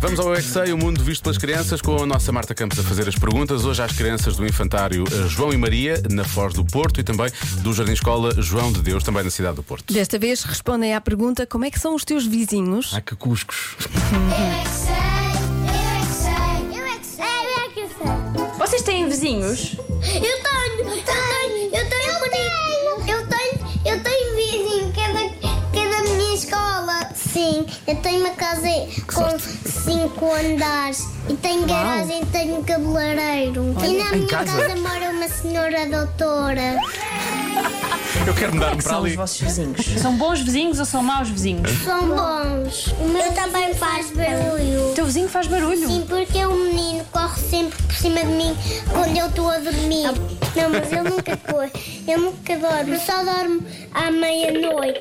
Vamos ao UXA, o mundo visto pelas crianças, com a nossa Marta Campos a fazer as perguntas. Hoje às crianças do Infantário eh, João e Maria, na Foz do Porto, e também do Jardim Escola João de Deus, também na cidade do Porto. Desta vez respondem à pergunta: como é que são os teus vizinhos? Ah. Há que cuscos. Vocês têm vizinhos? Eu tenho, eu tenho, eu tenho, eu tenho, eu tenho, eu tenho vizinho que é da, que é da minha escola. Sim, eu tenho uma casa com cinco andares e tenho garagem e tenho cabeleireiro. e na minha casa? casa? mora uma senhora doutora. Eu quero mudar-me para São os ali. vossos vizinhos. São bons vizinhos ou são maus vizinhos? São bons. O meu também faz barulho. O teu vizinho faz barulho. Sim, porque o menino corre sempre por cima de mim quando eu estou a dormir. Não, mas eu nunca corro. Eu nunca dormo. Eu só dormo à meia-noite.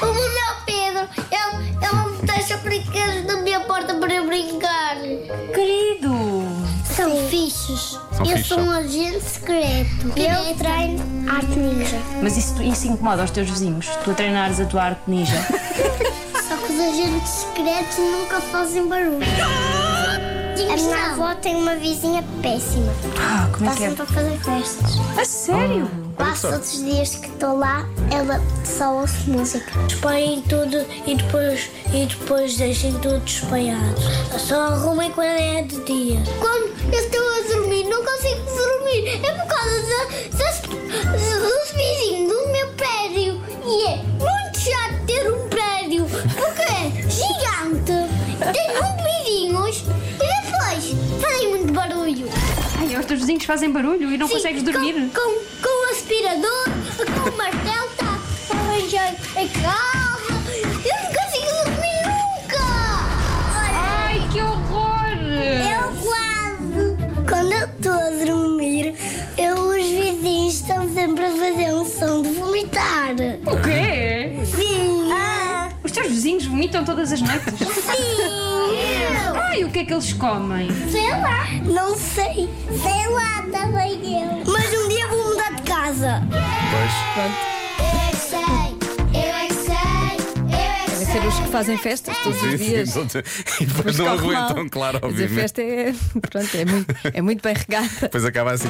O Manuel Pedro, ele, ele me deixa brincar na minha porta para eu brincar. Querido! São fichos. São eu fixe, sou são. um agente secreto. Eu treino arte ninja. Mas isso, isso incomoda os teus vizinhos? Tu a treinares a tua arte ninja? Só que os agentes secretos nunca fazem barulho. A minha avó tem uma vizinha péssima. Ah, como é que Passam é? para fazer festas. A sério? Quase todos os dias que estou lá, ela só ouve música. Espalhem tudo e depois, e depois deixem tudo espalhado. Só arrumem quando é de dia. Quando eu estou a dormir, não consigo dormir. É por causa da- das- dos vizinhos do meu prédio. E é muito chato ter um prédio, porque é gigante, tem muitos vizinhos e depois fazem muito barulho. Ah. Ai, os teus vizinhos fazem barulho e não Sim, consegues dormir? Com, com, com o aspirador, com o martelo, tá, tá arranjando a casa. Eu não consigo dormir nunca. Olha, Ai, que horror! eu quase. Quando eu estou a dormir, eu, os vizinhos estão sempre a fazer um som de vomitar. O quê? Sim. Os teus vizinhos vomitam todas as noites? Sim. Ai, o que é que eles comem? Sei lá. Não sei. Sei lá, também eu. Mas um dia vou mudar de casa. Pois. Eu é que sei. Eu é que sei. Eu é que Devem ser os que fazem festas todos os dias. E depois não corre mal. aguentam, claro, Mas a obviamente. festa é, pronto, é, muito, é muito bem regada. Depois acaba assim.